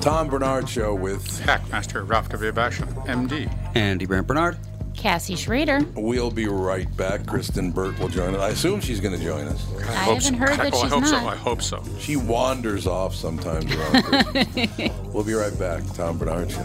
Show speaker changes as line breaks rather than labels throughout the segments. Tom Bernard Show with
Hackmaster Ralph W. Basham, MD.
Andy Brandt Bernard.
Cassie Schrader.
We'll Be Right Back. Kristen Burt will join us. I assume she's going to join us.
I,
Hope
haven't
so.
heard
Heck,
that
well, I
she's
hope so. I
not.
hope so.
She wanders off sometimes around Christmas. We'll be right back. Tom Bernard Show.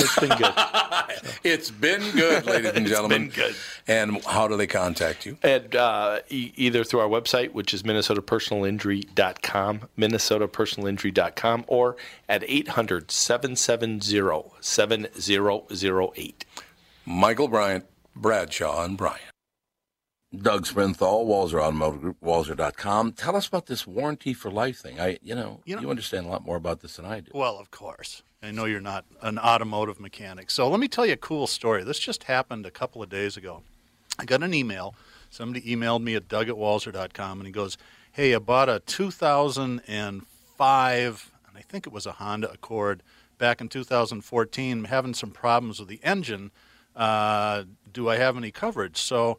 It's been good.
It's been good, ladies and gentlemen.
been good.
And how do they contact you?
And uh, e- either through our website, which is minnesotapersonalinjury.com, minnesotapersonalinjury.com, or at 800-770-7008.
Michael Bryant, Bradshaw, and Bryant.
Doug Sprinthal, Walzer Automotive Group, Walzer.com. Tell us about this warranty for life thing. I, you know, you,
You know-
understand a lot more about this than I do.
Well, of course. I know you're not an automotive mechanic. So let me tell you a cool story. This just happened a couple of days ago. I got an email. Somebody emailed me at doug at walzer.com and he goes, Hey, I bought a 2005, and I think it was a Honda Accord back in 2014, having some problems with the engine. Uh, do I have any coverage? So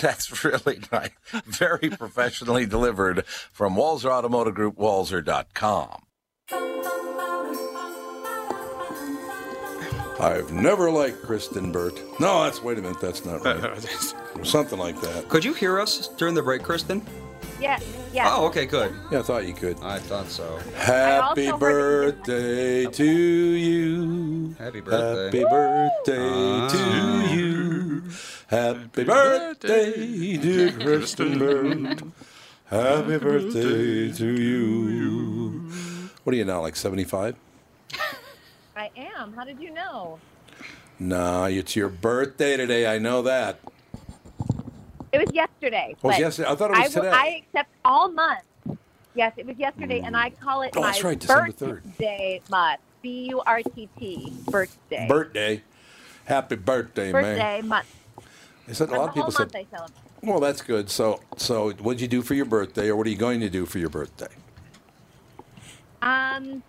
That's really nice. Very professionally delivered from Walzer Automotive Group, Walzer.com.
I've never liked Kristen Burt. No, that's wait a minute, that's not right.
That's
Uh.
Something like that.
Could you hear us during the break, Kristen?
Yeah, yeah.
Oh, okay, good.
Yeah, I thought you could.
I thought so.
Happy
also heard-
birthday to you.
Happy birthday.
Happy birthday
Ah.
to you. Happy birthday, dear Kristen Burt. Happy birthday to you. What are you now, like 75?
I am. How did you know?
Nah, it's your birthday today. I know that.
It was yesterday.
Oh,
but
yes, I thought it
I,
was
will-
today.
I accept all months. Yes, it was yesterday, and I call it
Oh,
my
that's right, December 3rd.
birthday month. B U R T T, birthday.
Birthday. Happy birthday, man.
birthday month.
They said, a
And
lot of
the
people
whole
said,
month I celebrate.
well, that's good. So, so what would you do for your birthday, or what are you going to do for your birthday?
Um,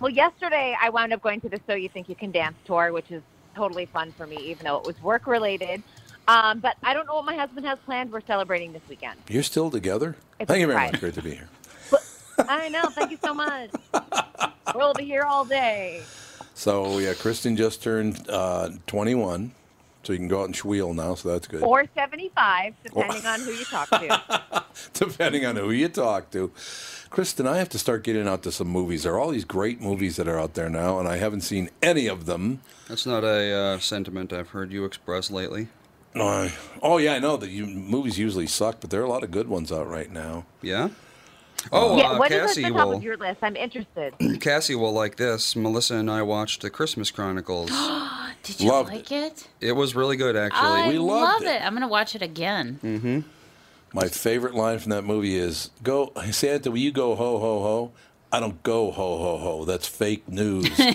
well, yesterday I wound up going to the So You Think You Can Dance tour, which is totally fun for me, even though it was work related. Um, but I don't know what my husband has planned. We're celebrating this weekend.
You're still together?
It's
Thank you
a
very
surprise.
much. Great to be here.
I know. Thank you so much. We'll be here all day.
So, yeah, Kristen just turned uh, 21, so you can go out and schweel now, so that's good.
Or 75, depending on who you talk to.
Depending on who you talk to. Kristen, I have to start getting out to some movies. There are all these great movies that are out there now, and I haven't seen any of them.
That's not a uh, sentiment I've heard you express lately.
No, I- oh yeah, I know that you, movies usually suck, but there are a lot of good ones out right now.
Yeah. Oh,
yeah,
uh,
what is at
Cassie
the top
will.
of your list? I'm interested.
Cassie will like this. Melissa and I watched The Christmas Chronicles.
Did you
Loved
like it?
it was really good,
I
actually.
We
love
loved
it. I'm gonna watch it again.
My favorite line from that movie is "Go Santa, will you go ho ho ho?" I don't go ho ho ho. That's fake news. Uh,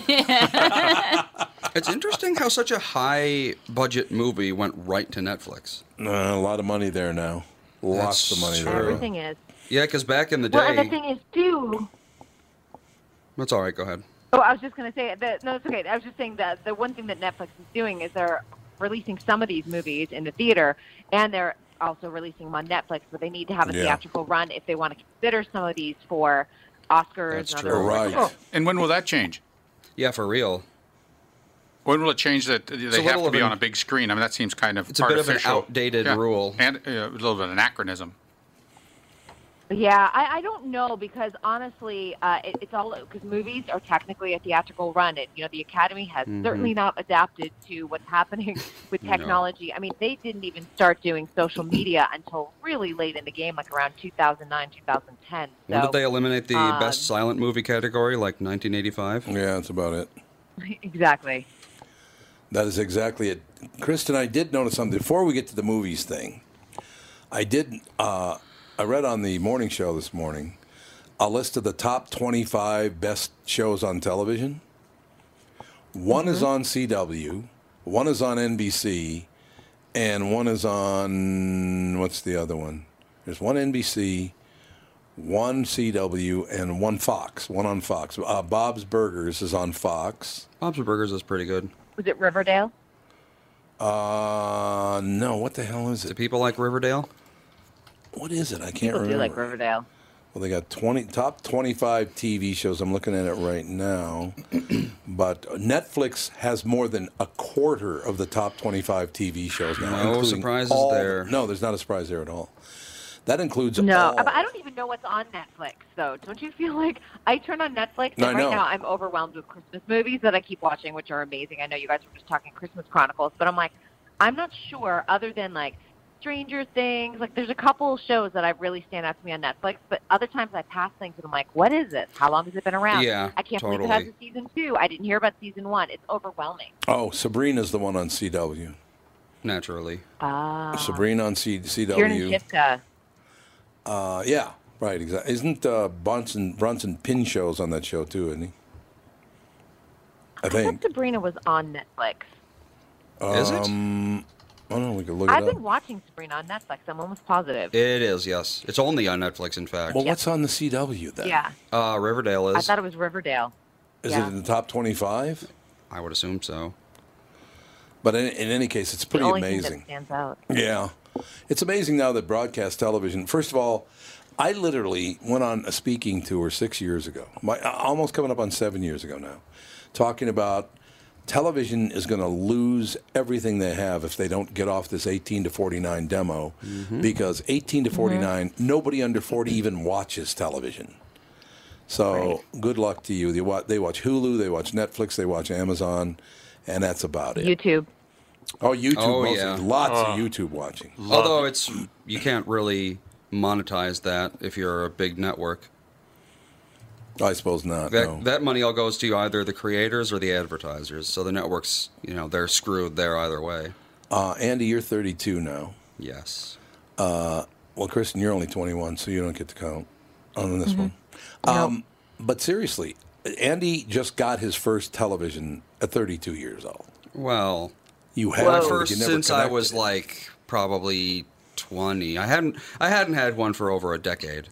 It's interesting how such a high budget movie went right to Netflix.
Uh, a lot of money there now. Lots
That's
of money
true.
there.
Everything is.
Yeah, because back in the
Well, and the
day.
thing is, too.
That's all right, go ahead.
Oh, I was just going to say that. No, it's okay. I was just saying that the one thing that Netflix is doing is they're releasing some of these movies in the theater, and they're also releasing them on Netflix. But they need to have a
Yeah.
theatrical run if they want to consider some of these for Oscars
That's
and
true.
other
Right.
Oh, and when will that change?
Yeah, for real.
When will it change that they
a
have
little
to be
of
on
an-
a big screen? I mean, that seems kind of
It's a bit of an
artificial.
outdated rule.
and uh, a little bit of anachronism.
Yeah, I, I don't know because honestly, uh, it, it's all because movies are technically a theatrical run. It, you know, the Academy has
Mm-hmm.
certainly not adapted to what's happening with technology. I mean, they didn't even start doing social media until really late in the game, like around 2009, 2010.
When
So
did they eliminate the
um,
best silent movie category, like 1985?
Yeah, that's about it.
exactly.
That is exactly it. Kristen, I did notice something before we get to the movies thing. I did. Uh, I read on the morning show this morning a list of the top 25 best shows on television. One is on CW, one is on NBC, and one is on what's the other one? There's one NBC, one CW, and one Fox. One on Fox. Uh, Bob's Burgers is on Fox.
Bob's Burgers is pretty good.
Was it Riverdale?
Uh, no. What the hell is
Do
it?
people like Riverdale?
What is it? I can't
People do
remember.
like Riverdale.
well, they got twenty top twenty-five TV shows. I'm looking at it right now, but Netflix has more than a quarter of the top twenty-five TV shows now.
No
including
surprises
all-
there.
No, there's not a surprise there at all. That includes
No, uh,
all.
but I don't even know what's on Netflix though. Don't you feel like I turn on Netflix and
No, I
right
know.
now I'm overwhelmed with Christmas movies that I keep watching, which are amazing. I know you guys were just talking Christmas Chronicles, but I'm like, I'm not sure. Other than like Stranger Things, like there's a couple shows that I really stand out to me on Netflix, but other times I pass things and I'm like, what is this? How long has it been around?
Yeah,
I can't believe it has
totally.
a season two. I didn't hear about season one. It's overwhelming.
Oh, Sabrina's the one on CW.
Naturally.
Ah,
Sabrina on C- CW.
Kieran Shipka.
Uh, yeah, right. Exactly. Isn't uh, Bronson Bronson Pin shows on that show too? Isn't he? I
I thought
think.
Sabrina was on Netflix.
Is it?
Um, I don't know. We could look it
I've
up.
been watching Sabrina on Netflix. I'm almost positive.
It is, yes. It's only on Netflix, in fact.
Well, what's on the CW then?
Yeah,
Uh, Riverdale is.
I thought it was Riverdale.
Is
yeah.
it in the top 25?
I would assume so.
But in, in any case, it's pretty
the only
amazing.
Thing that stands out.
Yeah. It's amazing now that broadcast television, first of all, I literally went on a speaking tour six years ago, my, uh, almost coming up on seven years ago now, talking about television is going to lose everything they have if they don't get off this 18 to 49 demo
Mm-hmm.
because 18 to 49, nobody under 40 even watches television. So good luck to you. They watch, they watch Hulu, they watch Netflix, they watch Amazon, and that's about it.
YouTube.
Oh, YouTube.
Oh,
mostly.
yeah.
Lots of YouTube watching.
Although it's you can't really monetize that if you're a big network.
I suppose not.
That
no.
that money all goes to either the creators or the advertisers. So the networks, you know, they're screwed there either way.
uh, Andy, you're 32 now.
Yes.
Well, Kristen, you're only 21, so you don't get to count on this one. Um, But seriously, Andy just got his first television at 32 years old.
Well,
You had
well
one, but
first
you never
since I
connected
was
it.
like probably 20. I hadn't I hadn't had one for over a decade.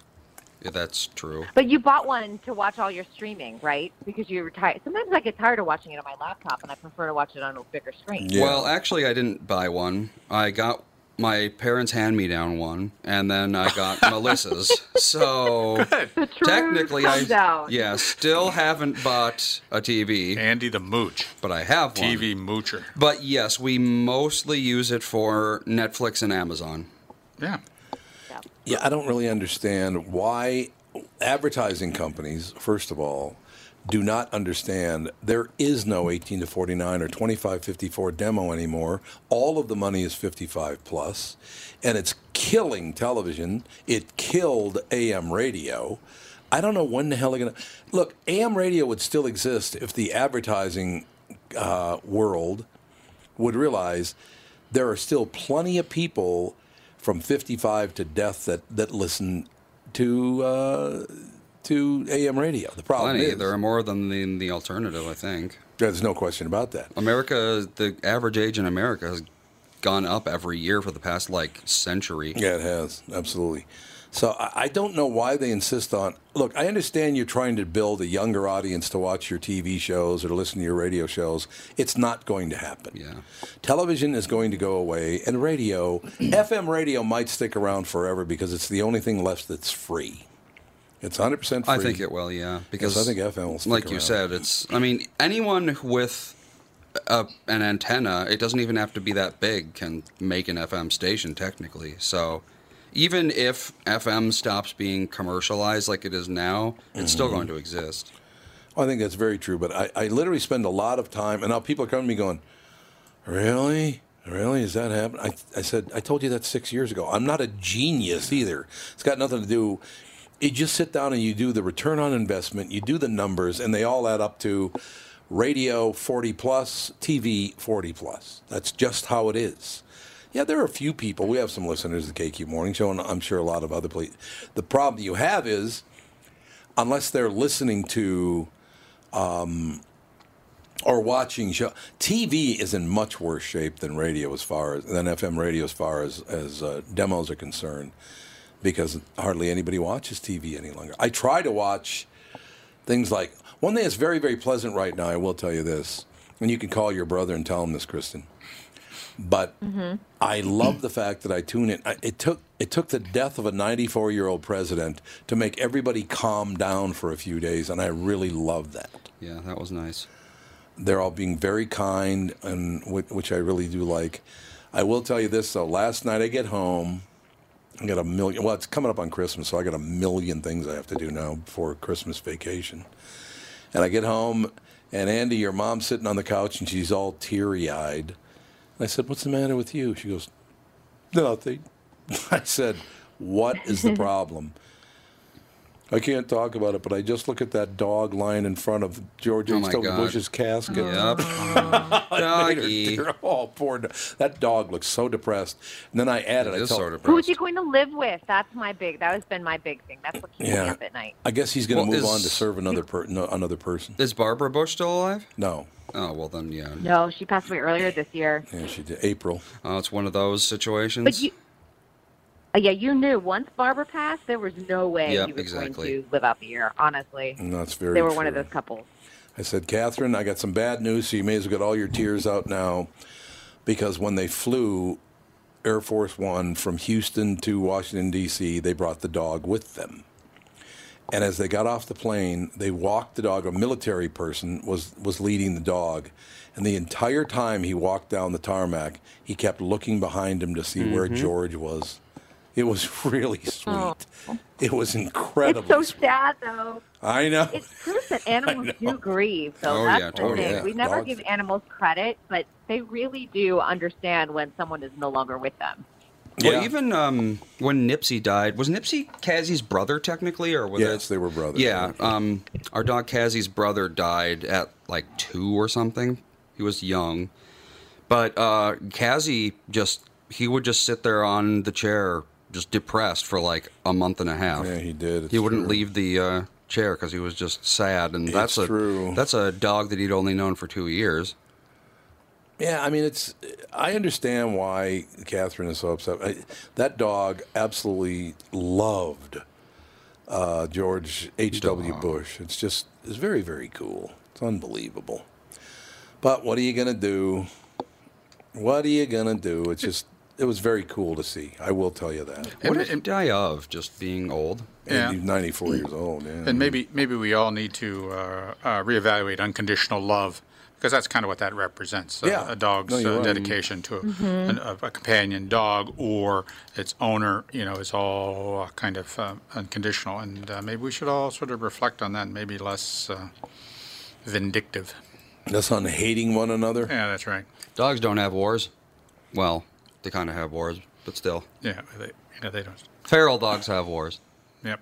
If that's true.
But you bought one to watch all your streaming, right? Because you were tired. Sometimes I get tired of watching it on my laptop, and I prefer to watch it on a bigger screen.
Yeah.
Well, actually, I didn't buy one. I got my parents' hand me down one, and then I got Melissa's. So
truth
technically,
comes
I
out.
yeah still haven't bought a TV,
Andy the Mooch,
but I have one.
TV Moocher.
But yes, we mostly use it for Netflix and Amazon.
Yeah.
Yeah, I don't really understand why advertising companies, first of all, do not understand there is no 18 to 49 or 25 54 demo anymore. All of the money is 55 plus, and it's killing television. It killed AM radio. I don't know when the hell they're going to look. AM radio would still exist if the advertising uh, world would realize there are still plenty of people from 55 to death that, that listen to uh, to AM radio. The problem
Plenty.
Oh, is
There are more than the, the alternative, I think.
there's no question about that.
America, the average age in America has gone up every year for the past like century.
Yeah, it has absolutely. So I, I don't know why they insist on. Look, I understand you're trying to build a younger audience to watch your TV shows or listen to your radio shows. It's not going to happen.
Yeah.
Television is going to go away, and radio, FM radio, might stick around forever because it's the only thing left that's free. It's 100 percent free.
I think it will, yeah. Because
I think FM will stick
like you
around.
said, it's. I mean, anyone with a, an antenna, it doesn't even have to be that big, can make an FM station technically. So, even if FM stops being commercialized like it is now, it's
Mm-hmm.
still going to exist.
I think that's very true. But I, I literally spend a lot of time, and now people come to me going, "Really, really, is that happening?" I, I said, "I told you that six years ago. I'm not a genius either. It's got nothing to do. You just sit down and you do the return on investment. You do the numbers, and they all add up to." Radio 40 plus, TV 40 plus. That's just how it is. Yeah, there are a few people. We have some listeners at the KQ Morning Show, and I'm sure a lot of other places. The problem you have is unless they're listening to um, or watching show. TV is in much worse shape than radio as far as than FM radio as far as as uh, demos are concerned, because hardly anybody watches TV any longer. I try to watch things like one thing that's very very pleasant right now. I will tell you this, and you can call your brother and tell him this, Kristen. But I love the fact that I tune in. I, it took it took the death of a 94 year old president to make everybody calm down for a few days, and I really love that.
Yeah, that was nice.
They're all being very kind, and whi- which I really do like. I will tell you this though. Last night I get home, I got a million. Well, it's coming up on Christmas, so I got a million things I have to do now before Christmas vacation. And I get home, and Andy, your mom's sitting on the couch, and she's all teary eyed. I said, What's the matter with you? She goes, Nothing. I said, What is the problem? I can't talk about it, but I just look at that dog lying in front of George
Oh
H.
my
W.
God.
Bush's casket.
Yep.
Oh,
Later,
Doggy.
dear. Oh, poor dog. That dog looks so depressed. And then I added,
It
I
is
tell,
sort of
Who's
depressed.
he going to live with? That's my big. That has been my big thing. That's what keeps me
Yeah.
up at night.
I guess he's going to
Well,
move
is-
on to serve another per- no, another person.
Is Barbara Bush still alive?
No.
Oh well, then yeah.
No, she passed away earlier this year.
Yeah, she did. April.
Oh, it's one of those situations.
But you, uh, yeah, you knew once Barbara passed, there was no way
Yep,
he was
exactly.
going to live out the year. Honestly,
And that's very
they were one
true.
of those couples.
I said, Catherine, I got some bad news, so you may as well get all your tears out now. Because when they flew Air Force One from Houston to Washington, D.C., they brought the dog with them. And as they got off the plane, they walked the dog. A military person was, was leading the dog. And the entire time he walked down the tarmac, he kept looking behind him to see where George was. It was really sweet. It was incredible.
Oh. It's so sad though.
I know.
It's proof that animals do grieve. So
Oh,
that's
yeah,
the
totally.
thing.
Yeah,
We never
dogs
give
do.
animals credit, but they really do understand when someone is no longer with them.
Yeah.
Well, even um, when Nipsey died, was Nipsey Cassie's brother technically, or was
Yes,
it?
they were brothers.
Yeah, um, our dog Cassie's brother died at like two or something. He was young, but uh, Cassie just he would just sit there on the chair, just depressed for like a month and a half.
Yeah, he did. It's
He wouldn't
true.
leave the uh, chair because he was just sad, and that's
It's
a
true.
that's a dog that he'd only known for two years.
Yeah, I mean, it's. I understand why Catherine is so upset. I, that dog absolutely loved uh, George H. W. Bush. It's just, it's very, very cool. It's unbelievable. But what are you gonna do? What are you gonna do? It's just, it was very cool to see. I will tell you that.
What
And-
did he die of? Just being old.
Yeah.
And he's 94 years old. Yeah.
And maybe maybe we all need to uh, uh, reevaluate unconditional love because that's kind of what that represents. A,
Yeah.
a dog's
No, you're
uh,
right.
dedication to a, an, a, a companion dog or its owner, you know, is all um, uh, kind of uh, unconditional. And uh, maybe we should all sort of reflect on that. and Maybe less. Uh, Vindictive.
That's on hating one another.
Yeah, that's right.
Dogs don't have wars. Well, they kind of have wars, but still.
Yeah, they, you know, they don't.
Feral dogs have wars.
Yep.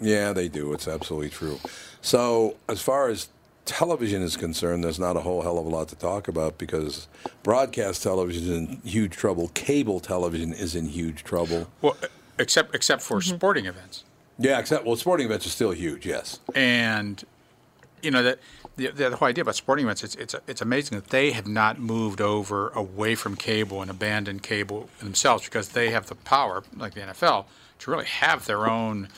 Yeah, they do. It's absolutely true. So, as far as television is concerned, there's not a whole hell of a lot to talk about because broadcast television is in huge trouble. Cable television is in huge trouble.
Well, e, except except for sporting events,
Yeah, except, well, sporting events are still huge, yes.
and you know that the, the whole idea about sporting events it's it's it's amazing that they have not moved over away from cable and abandoned cable themselves because they have the power, like the NFL, to really have their own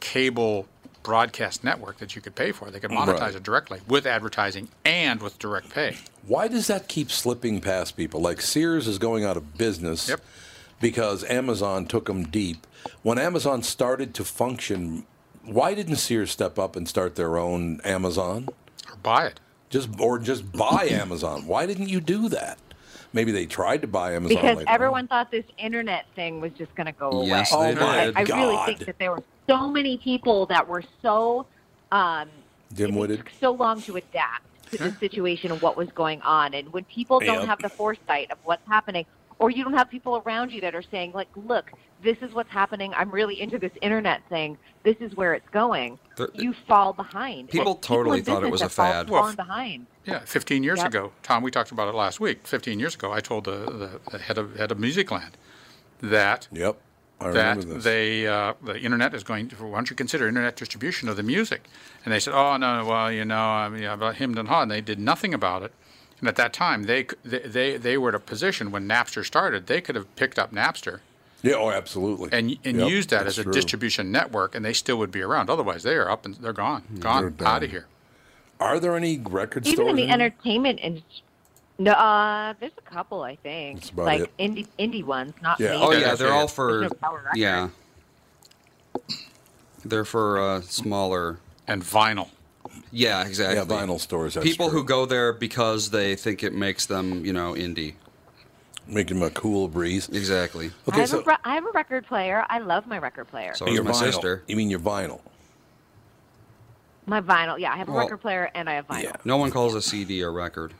cable broadcast network that you could pay for. They could monetize
Right.
it directly with advertising and with direct pay.
Why does that keep slipping past people? Like Sears is going out of business
Yep.
because Amazon took them deep. When Amazon started to function, why didn't Sears step up and start their own Amazon?
Or buy it.
Just or just buy Amazon. Why didn't you do that? Maybe they tried to buy Amazon
because
later on.
everyone thought this internet thing was just going to go
Yes,
away.
Oh
they
my
did.
I really
God.
think that there were so many people that were so um, it
dim-witted.
took so long to adapt to the situation and what was going on. And when people don't
Yep.
have the foresight of what's happening, or you don't have people around you that are saying, like, look, this is what's happening. I'm really into this internet thing. This is where it's going.
The-
you fall behind.
People
in
totally thought it
business
was a
have fall-
fad.
fallen
Well, f-
behind.
Yeah, 15 years
Yep.
ago, Tom, we talked about it last week. 15 years ago, I told the, the, the head of head of Musicland that
Yep, I
that
remember this.
they uh, the internet is going. to, Why don't you consider internet distribution of the music? And they said, oh no, well you know, I mean, about him and ha, and they did nothing about it. And at that time, they c- they they, they were at a position when Napster started, they could have picked up Napster
yeah, oh, absolutely.
and and
Yep,
used that
that's
as a
true.
distribution network, and they still would be around. Otherwise, they are up and they're gone, gone
They're
out
done.
of here.
Are there any record
Even
stores?
in the
in-
entertainment industry. No, uh, there's a couple I think,
That's about
like
it.
indie indie ones, not
Yeah.
major.
Oh yeah,
that's
they're
it.
all for
There's no power record.
yeah. They're for uh, smaller.
And vinyl.
Yeah, exactly.
yeah, vinyl stores. That's
People
true.
who go there because they think it makes them, you know, indie.
making them a cool breeze.
Exactly.
I,
Okay,
have
so
a re- I have a record player. I love my record player.
So is
your
my
vinyl.
sister.
You mean your vinyl?
my vinyl. Yeah, I have a
Well-
record player and I have vinyl.
Yeah.
No one calls a CD a record.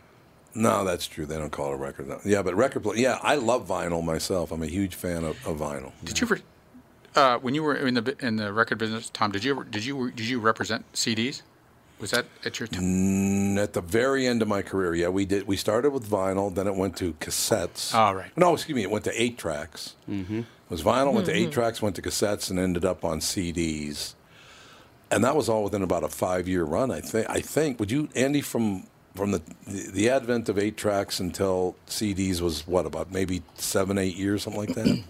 No, that's true. They don't call it a record. No. Yeah, but record play. Yeah, I love vinyl myself. I'm a huge fan of, of vinyl.
Did you ever, uh, when you were in the bu- in the record business, Tom? Did you ever, did you did you represent CDs? Was that at your time?
And at the very end of my career, yeah, we did. We started with vinyl, then it went to cassettes.
Oh, right.
No, excuse me. It went to eight tracks. Mm-hmm. It was vinyl, went to eight tracks, went to cassettes, and ended up on CDs. And that was all within about a five-year run, I think. I think. Would you, Andy, from from the the the advent of eight tracks until CDs was what about maybe seven, eight years, something like that.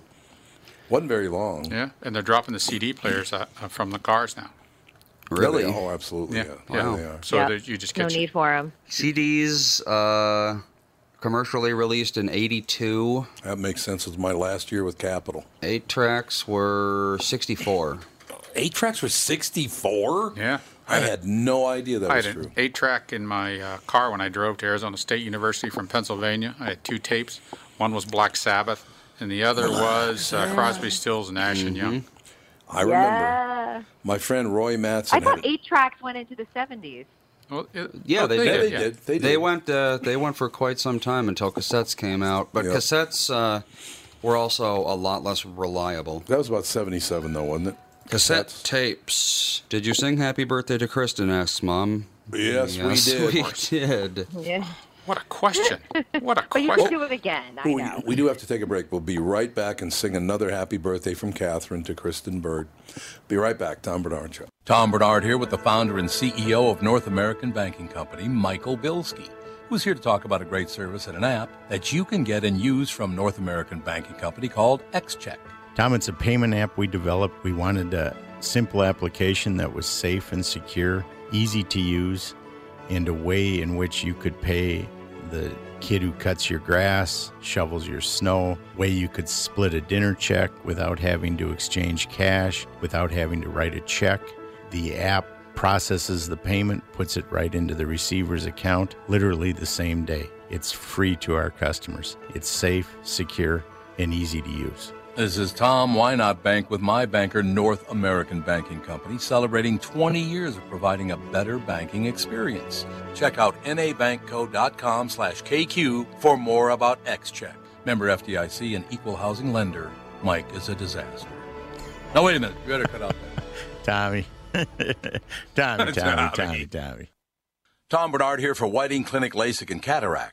wasn't very long.
Yeah, and they're dropping the CD players uh, uh, from the cars now.
Yeah,
Really?
they- oh, absolutely.
Yeah,
Yeah,
yeah.
Yeah, they are.
So
Yep.
that you just
no
get your-
need for them.
CDs uh, commercially released in 82.
That makes sense. It was my last year with Capital.
Eight tracks were 64.
Eight tracks were sixty-four.
yeah.
I had no idea that
I
was
had an
true.
eight track in my uh, car when I drove to Arizona State University from Pennsylvania. I had two tapes. One was Black Sabbath, and the other was uh, Crosby, Stills, Nash
Mm-hmm.
and Young.
I remember
Yeah.
my friend Roy
I
Matson.
thought
had it.
eight tracks went into the 70s.
Well, it-
Yeah,
oh,
they
Yeah,
did.
they
yeah.
did. They did.
They went. Uh, they went for quite some time until cassettes came out. But
Yep.
cassettes uh, were also a lot less reliable.
That was about seventy-seven, though, wasn't it?
Cassette tapes. Did you sing "Happy Birthday to Kristen"? Asks mom.
Yes, we did.
We did.
Yeah.
What a question! What a
But you can
question!
do it again. I
We,
know.
we do have to take a break. We'll be right back and sing another happy birthday from Catherine to Kristen Bird. Be right back, Tom Bernard Show.
Tom Bernard here with the founder and CEO of North American Banking Company, Michael Bilski, who's here to talk about a great service and an app that you can get and use from North American Banking Company called XCheck.
Tom, it's a payment app we developed. We wanted a simple application that was safe and secure, easy to use, and a way in which you could pay the kid who cuts your grass, shovels your snow, way you could split a dinner check without having to exchange cash, without having to write a check. The app processes the payment, puts it right into the receiver's account literally the same day. It's free to our customers. It's safe, secure, and easy to use.
This is Tom Why Not Bank with my banker, North American Banking Company, celebrating 20 years of providing a better banking experience. Check out nabankco.com slash KQ for more about XCheck. Member FDIC and equal housing lender, Mike is a disaster. Now, wait a minute. You better cut out that.
Tommy. Tommy, Tommy, Tommy, Tommy,
Tommy.
Tommy.
Tom Bernard here for Whiting Clinic LASIK and Cataract.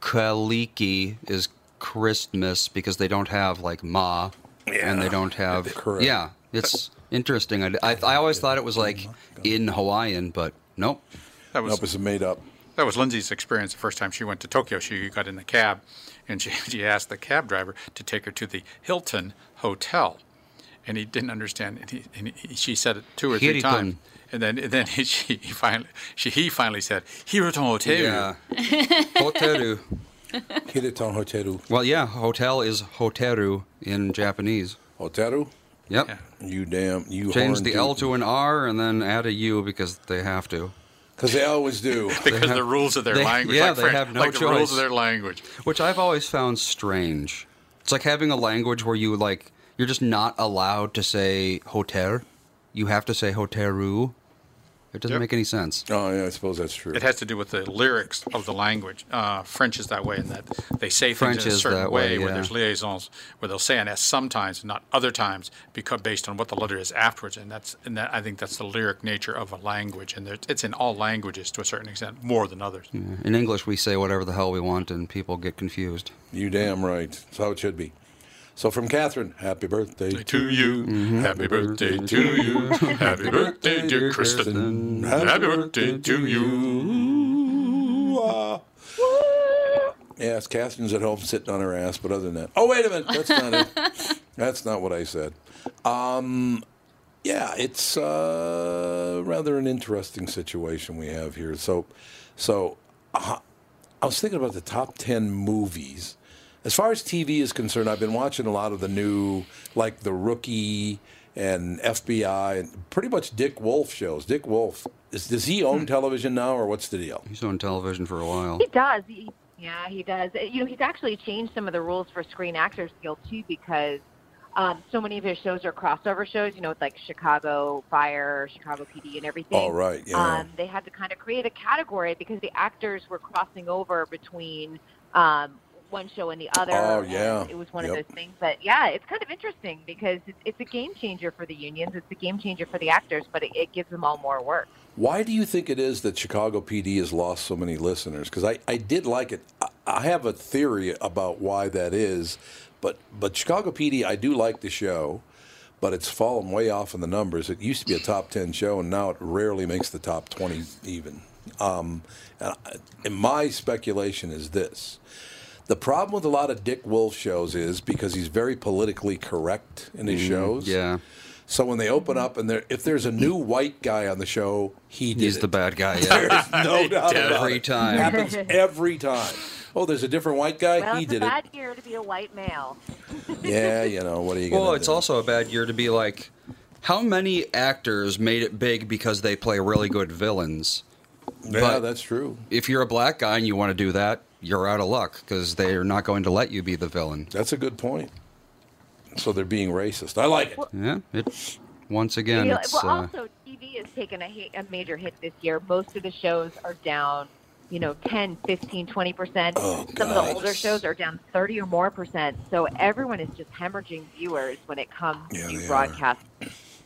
Kaliki is Christmas because they don't have like ma and they don't have
Correct.
yeah. It's interesting. I, I, I always thought it was like in Hawaiian, but nope.
That was
Nope, it's made up.
That was Lindsay's experience the first time she went to Tokyo. She got in the cab and she, she asked the cab driver to take her to the Hilton Hotel. And he didn't understand. And, he, and he, she said it two or three
Hilton.
times. And then, and then he, she he finally, she, he finally said, Hilton Hotel.
Yeah. Hoteru.
Hideton Hoteru.
Well, yeah, hotel is hoteru in Japanese.
Hoteru?
Yep.
You damn, you
Change the L to an R and then add a U because they have to.
Because they always do.
Because the rules of their
they-
language.
yeah,
like
they
French-
have no
Like the rules
choice.
of their language.
which I've always found strange. It's like having a language where you like you're just not allowed to say hotel. You have to say hoteru. It doesn't
Yep.
make any sense.
oh, yeah, I suppose that's true.
It has to do with the lyrics of the language. Uh, French is that way in that they say things
French
in a
is
certain
that
way,
way,
where
yeah.
there's liaisons where they'll say an S sometimes and not other times because based on what the letter is afterwards. And that's and that I think that's the lyric nature of a language, and there- it's in all languages to a certain extent, more than others.
In English, we say whatever the hell we want, and people get confused.
You damn right. That's how it should be. So from Catherine, happy birthday to you.
Mm-hmm.
Happy birthday to you. Happy birthday, dear Kristen. Happy birthday to you.
Ooh-ah. Yes, Catherine's at home sitting on her ass, but other than that, oh wait a minute, that's not it. That's not what I said. Um, yeah, it's uh, rather an interesting situation we have here. So, so uh, I was thinking about the top ten movies. As far as TV is concerned, I've been watching a lot of the new, like The Rookie and FBI, and pretty much Dick Wolf shows. Dick Wolf is, does he own television now, or what's the deal?
He's on television for a while.
He does. He, yeah, he does. Uh, You know, he's actually changed some of the rules for Screen Actors Guild too because um, so many of his shows are crossover shows. You know, with like Chicago Fire, Chicago PD, and everything.
All right, yeah.
Um, they had to kind of create a category because the actors were crossing over between um, one show and the other.
Oh,
and
yeah.
It was one of
Yep.
those things. But yeah, it's kind of interesting because it's, it's a game changer for the unions. It's a game changer for the actors, but it, it gives them all more work.
Why do you think it is that Chicago PD has lost so many listeners? Because I, I did like it. I, I have a theory about why that is, But but Chicago PD, I do like the show, but it's fallen way off in the numbers. It used to be a top ten show, and now it rarely makes the top twenty even. Um, and, I- and my speculation is this: the problem with a lot of Dick Wolf shows is because he's very politically correct in his shows.
Mm-hmm. Yeah.
So when they open up and there, if there's a new white guy on the show, he did
He's
it.
the bad guy.
There's
Yeah.
no doubt about
Every
it.
time.
Happens every time. Oh, there's a different white guy.
Well,
he
it's
did
a bad year to be a white male.
it. Yeah, you know what are you?
well,
gonna
it's
do?
also a bad year to be like, how many actors made it big because they play really good villains?
yeah,
but-
that's true.
If you're a black guy and you want to do that, you're out of luck because they are not going to let you be the villain.
That's a good point. So they're being racist. I like it.
Yeah. It, once again,
Real-
it's.
well,
uh,
also TV has taken a, hit, a major hit this year. Most of the shows are down, you know, 10, 15, 20 percent.
Oh,
Some of the
God.
older shows are down 30 or more percent. So everyone is just hemorrhaging viewers when it comes
Yeah,
to
they are.
broadcast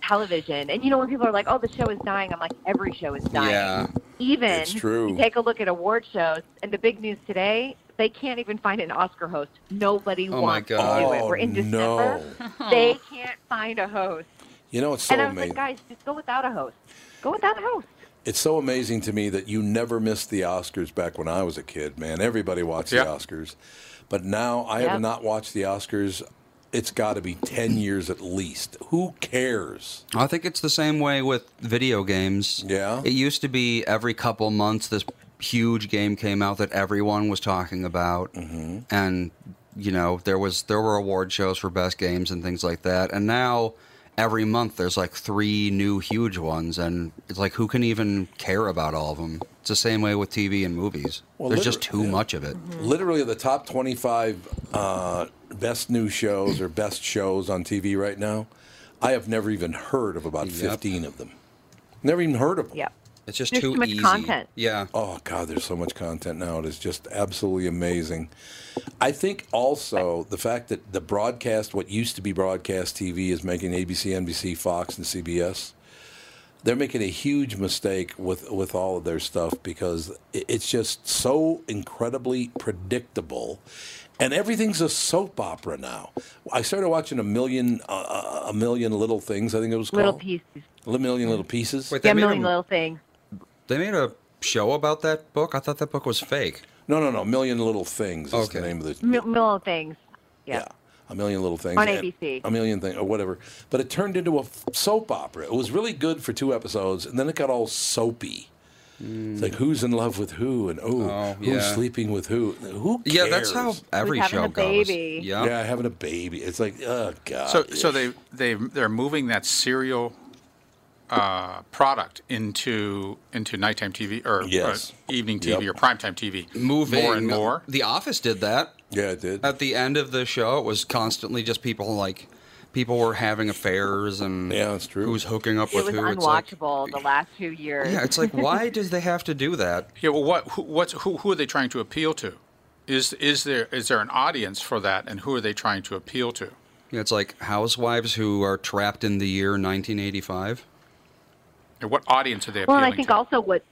television. And you know, when people are like, "Oh, the show is dying," I'm like, "Every show is dying."
yeah.
Even
It's true.
you take a look at award shows, and the big news today. They can't even find an Oscar host. Nobody
Oh, my
wants
God.
to do it.
Oh
We're in
no!
December. They can't find a host
You know it's so
and I was
amazing.
like, guys, just go without a host. Go without a host.
it's so amazing to me that you never missed the Oscars back when I was a kid. Man, everybody watched
Yeah.
the Oscars, but now I
Yeah.
have not watched the Oscars. It's got to be ten years at least. Who cares?
I think it's the same way with video games.
Yeah.
It used to be every couple months this huge game came out that everyone was talking about and you know there was there were award shows for best games and things like that and now every month there's like three new huge ones and it's like who can even care about all of them? It's the same way with TV and movies.
Well,
there's just
literally-
too much of it.
Literally, the top 25 uh, best new shows or best shows on TV right now, I have never even heard of about 15 of them. Never even heard of them.
Yep.
It's just
There's
too,
too much
easy.
content.
Yeah.
Oh, God, there's so much content now. It is just absolutely amazing. I think also the fact that the broadcast, what used to be broadcast TV, is making ABC, NBC, Fox, and CBS. They're making a huge mistake with, with all of their stuff because it- it's just so incredibly predictable, and everything's a soap opera now. I started watching a million uh, uh, a million little things. I think it was called
Little pieces.
A million little pieces.
Wait, they
Yeah,
made
million
a-
little things.
They made a show about that book. I thought that book was fake.
No, no, no. A million little things is
Okay.
the name of the
M- little things. Yeah.
Yeah. A million little things.
On
and
ABC.
A million things, or whatever. But it turned into a f- soap opera. It was really good for two episodes, and then it got all soapy. It's like who's in love with who, and oh,
Oh,
who's
yeah.
sleeping with who? Who cares?
Yeah, that's how every
having
show
a
goes.
baby.
Yeah.
Yeah, having a baby. It's like, oh god.
So, so they they they're moving that serial uh, product into into nighttime TV or, or
Yes.
evening TV
Yep.
or primetime TV.
moving
more and more.
The Office did that.
yeah, it did.
At the end of the show, it was constantly just people like people were having affairs and
Yeah, that's true.
Who's hooking up
It
with
was
who?
unwatchable the last two
It's
years.
like, yeah, it's like why does they have to do that?
Yeah. Well, what who, what's who who are they trying to appeal to? Is is there is there an audience for that, and who are they trying to appeal to?
Yeah, It's like housewives who are trapped in the year 1985.
And what audience are they
Well,
appealing
and I think
to?
also what.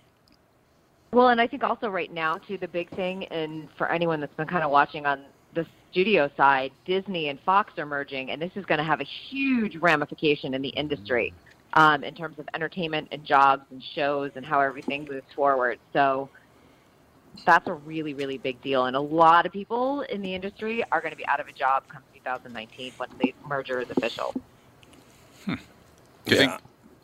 Well, and I think also right now too the big thing, and for anyone that's been kind of watching on the studio side, Disney and Fox are merging, and this is going to have a huge ramification in the industry um, in terms of entertainment and jobs and shows and how everything moves forward. So that's a really, really big deal, and a lot of people in the industry are going to be out of a job come 2019 once the merger is official.
Do you
Yeah.
think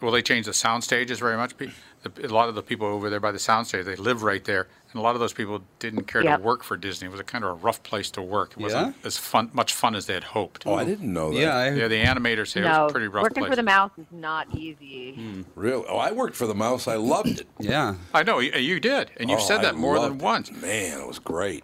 will they change the sound stages very much? Pe- the- A lot of the people over there by the sound stage, they live right there, and a lot of those people didn't care
Yep.
to work for Disney. It was a kind of a rough place to work. It wasn't
Yeah?
as fun, much fun as they had hoped.
oh, I didn't know that.
Yeah, I,
yeah, the animators say it
no,
was a pretty rough
working
place.
for the mouse is not easy.
really. Oh, I worked for the mouse. I loved it.
yeah.
I know you, you did, and you've
Oh,
said
I
that more than
loved it.
once.
Man, it was great.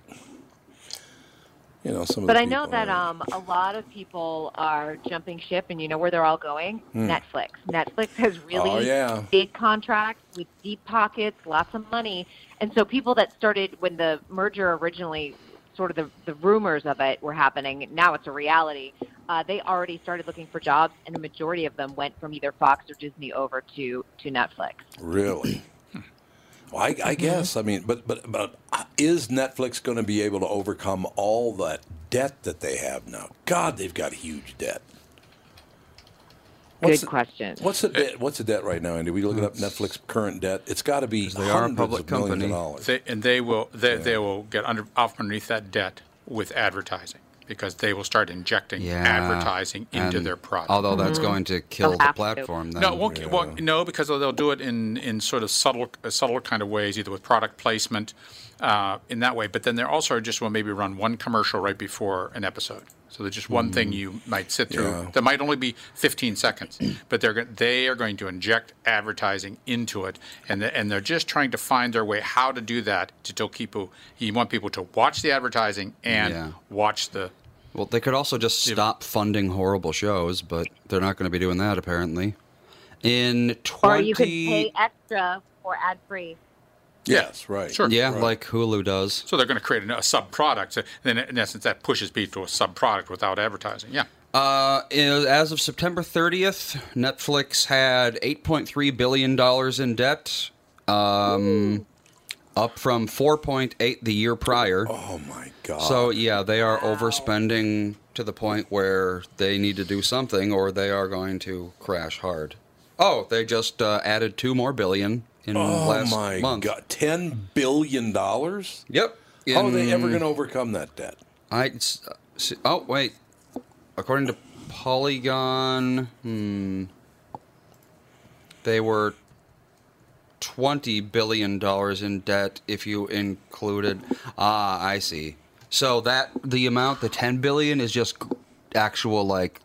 You know some of.
But
the
I know
people
that
there.
um, a lot of people are jumping ship, and you know where they're all going? Netflix. Netflix has really
Hmm. Oh, yeah.
big contracts with deep pockets, lots of money, and so people that started when the merger originally, sort of the the rumors of it were happening. Now it's a reality. Uh, they already started looking for jobs, and a majority of them went from either Fox or Disney over to to Netflix.
Really? Well,
Mm-hmm.
uh, I, I guess. I mean, but but but is Netflix going to be able to overcome all that
debt that they have now? God, they've got huge debt.
Good
the-
question.
What's
Eh.
the debt? What's the debt right now, Andy? We looking up Netflix current debt. It's got to be
they are a
hundreds
public
of millions
company.
of dollars.
They, and they will they, they will get under off underneath that debt with advertising because they will start injecting
Yeah.
advertising into
And
their product.
Although that's going to kill
Mm-hmm. They'll
the
have to.
platform. Then.
no, it won't, it won't- no, because they'll do it in, in sort of subtle uh, subtle kind of ways, either with product placement uh, in that way. But then they also just will maybe run one commercial right before an episode. So there's just one
Mm-hmm.
thing you might sit through that might only be 15 seconds, but they're go- they are going to inject advertising into it, and the, and they're just trying to find their way how to do that to tell people you want people to watch the advertising and
Yeah.
watch the
Well, they could also just stop funding horrible shows, but they're not going to be doing that apparently. In
Or
twenty,
you could pay extra for ad free.
yes, right.
sure
yeah, like Hulu does.
So they're going to create a, a sub product. So then, in essence, that pushes people to a sub product without advertising. Yeah.
Uh, in- as of September 30th, Netflix had 8.3 billion dollars in debt, um, up from 4.8 the year prior.
Oh my God.
So yeah, they are overspending to the point where they need to do something, or they are going to crash hard. Oh, they just uh, added two more billion in
oh
last
my
month.
God, ten billion dollars.
Yep.
How are they
In-
ever going to overcome that debt?
I s- s- oh wait, according to Polygon, hmm, they were twenty billion dollars in debt if you included. Ah, I see. So that the amount, the ten billion, is just actual like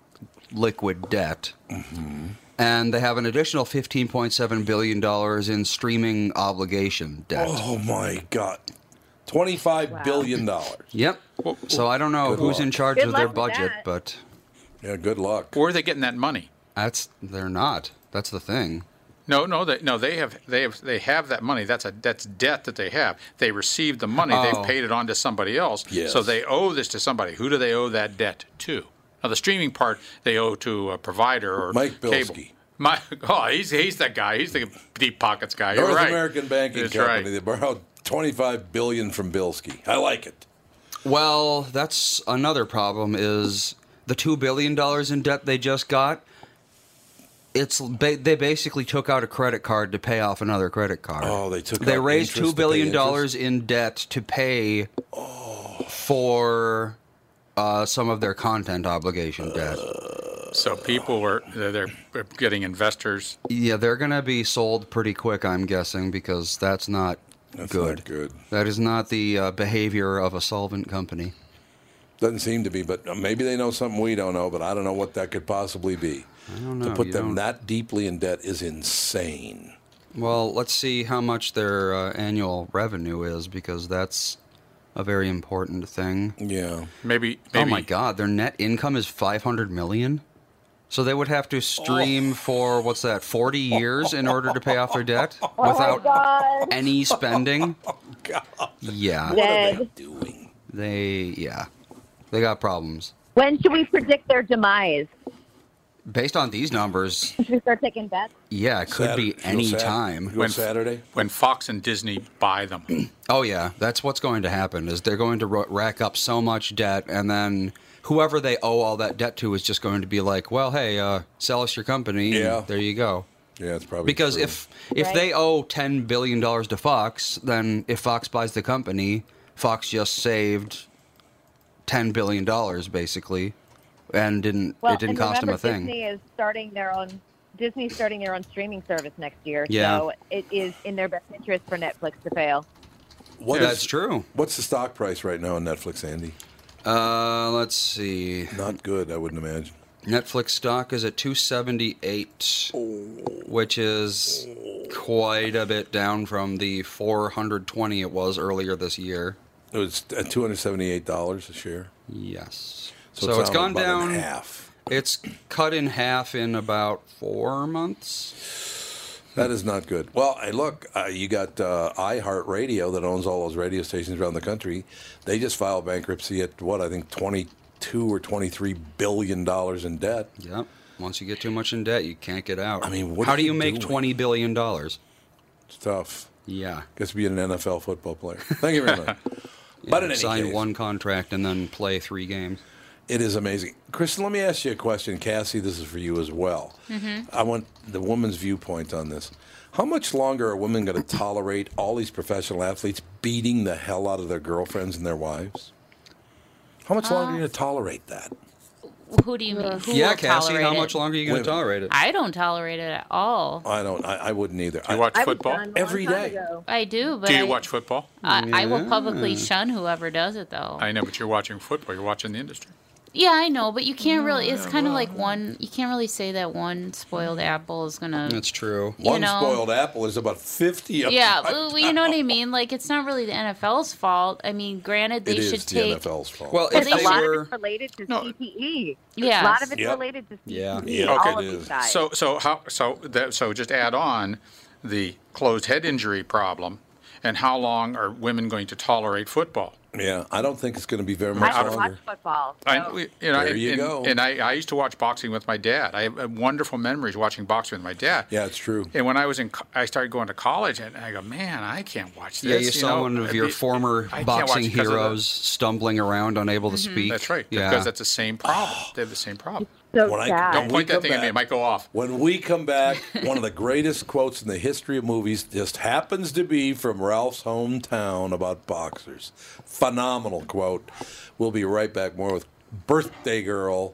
liquid debt.
Mm-hmm.
And they have an additional fifteen point seven billion dollars in streaming obligation debt.
Oh my God, twenty-five billion dollars.
Yep. So I don't know
Good
who's
luck.
in charge
Good
of their
luck with
budget,
that.
but
Yeah, good luck.
Where are they getting that money?
That's they're not. That's the thing.
No, no, they, no. They have, they have, they have that money. That's a that's debt that they have. They received the money.
Oh.
They've paid it on to somebody else.
Yes.
So they owe this to somebody. Who do they owe that debt to? Now the streaming part they owe to a provider or
Mike
cable.
Bilski.
My, oh, he's he's that guy. He's the deep pockets guy. You're
North
right.
American Banking
That's
Company.
Right.
They borrowed twenty-five billion from Bilski. I like it.
Well, that's another problem is the 2 billion dollars in debt they just got. It's ba- they basically took out a credit card to pay off another credit card.
Oh, they took
They
out
raised
interest
2
to pay
billion
interest?
dollars in debt to pay for uh, some of their content obligation debt.
So people were they're, they're getting investors.
Yeah, they're going to be sold pretty quick, I'm guessing, because that's not
That's
good.
not good.
That is not the uh, behavior of a solvent company.
Doesn't seem to be, but maybe they know something we don't know. But I don't know what that could possibly be. I
don't
To
know.
put
You
them
don't-
that deeply in debt is insane.
Well, let's see how much their uh, annual revenue is because that's a very important thing.
Yeah.
Maybe,
Oh
maybe
my god, their net income is 500 million. So they would have to stream for what's that 40 years in order to pay off their debt without
Oh God.
any spending? Yeah.
What are they
Dead.
doing?
They yeah. They got problems.
When should we predict their demise?
Based on these numbers,
Should we start taking bets?
yeah, it could
Saturday.
be any
Sat-
time.
Go Saturday.
when Fox and Disney buy them.
Oh yeah, that's what's going to happen. Is they're going to r- rack up so much debt, and then whoever they owe all that debt to is just going to be like, "Well, hey, uh, sell us your company." and
Yeah.
there you go.
Yeah, it's probably
Because
true.
if if they owe ten billion dollars to Fox, then if Fox buys the company, Fox just saved ten billion dollars basically, and didn't
Well,
it didn't
and
cost them
remember,
a thing.
Disney is starting their own. Disney's starting their own streaming service next year,
Yeah.
so it is in their best interest for Netflix to fail.
What is-
That's true.
What's the stock price right now on Netflix, Andy?
Uh, let's see.
Not good, I wouldn't imagine.
Netflix stock is at 278, which is quite a bit down from the 420 it was earlier this year.
It was at two hundred seventy-eight dollars a share.
Yes.
So,
So, it's
down about
gone down.
in half.
It's cut in half in about four months.
That is not good. Well, hey, look, uh, you got uh, iHeartRadio that owns all those radio stations around the country. They just filed bankruptcy at what I think twenty-two or twenty-three billion dollars in debt.
Yep. Once you get too much in debt, you can't get out.
I mean, what
how
are
do you
you
make
doing?
twenty billion dollars?
It's tough.
Yeah.
Guess being an NFL football player. Thank you very much. But in any
sign
case-
one contract and then play three games.
It is amazing. Kristen, let me ask you a question. Cassie, this is for you as well.
Mhm.
I want the woman's viewpoint on this. How much longer are women going to tolerate all these professional athletes beating the hell out of their girlfriends and their wives? How much longer are you going to
Uh,
tolerate that?
Who do you mean? Who
Yeah,
will
Cassie,
tolerate
how
it?
much longer are you gonna Women. tolerate it?
I don't tolerate it at all.
I don't. I, I wouldn't either. I
watch
I was
football
done
every day.
I do, but
Do
I,
you watch football?
I, I will publicly
Yeah.
shun whoever does it, though.
I know, but you're watching football. You're watching the industry.
Yeah, I know, but you can't really. It's kind of like one. You can't really say that one spoiled apple is gonna.
true.
You
One
know-
spoiled apple is about 50 of
yeah, well, you know what I mean. Like, it's not really the NFL's fault. I mean, granted, they
It is
should
the
take.
NFL's fault.
Well,
But
if
they
they
lot
of
were,
it's related to CTE.
Yes.
A lot of it's
Yep.
related to
Okay.
CTE. all of these guys.
So so how so that so just add on the closed head injury problem, and how long are women going to tolerate football?
Yeah, I don't think it's going to be very
I
much
don't watch
longer.
football.
I, we- you know,
There
and,
you
and-
go.
and I, I used to watch boxing with my dad. I have uh, wonderful memories watching boxing with my dad.
Yeah, it's true.
And when I was in, co- I started going to college, and I go, man, I can't watch this.
yeah, you,
you
saw
know,
one of
I'd
your
be-
former
I can't watch
boxing
it 'cause of the- Mm-hmm.
heroes stumbling around, unable to speak.
That's right.
Yeah.
Because that's the same problem. They have the same problem.
So
When I-
Don't
when
point
we
that
come
thing at me. It
back-
might go off.
When we come back, one of the greatest quotes in the history of movies just happens to be from Ralph's hometown about boxers. Phenomenal quote. We'll be right back more with Birthday Girl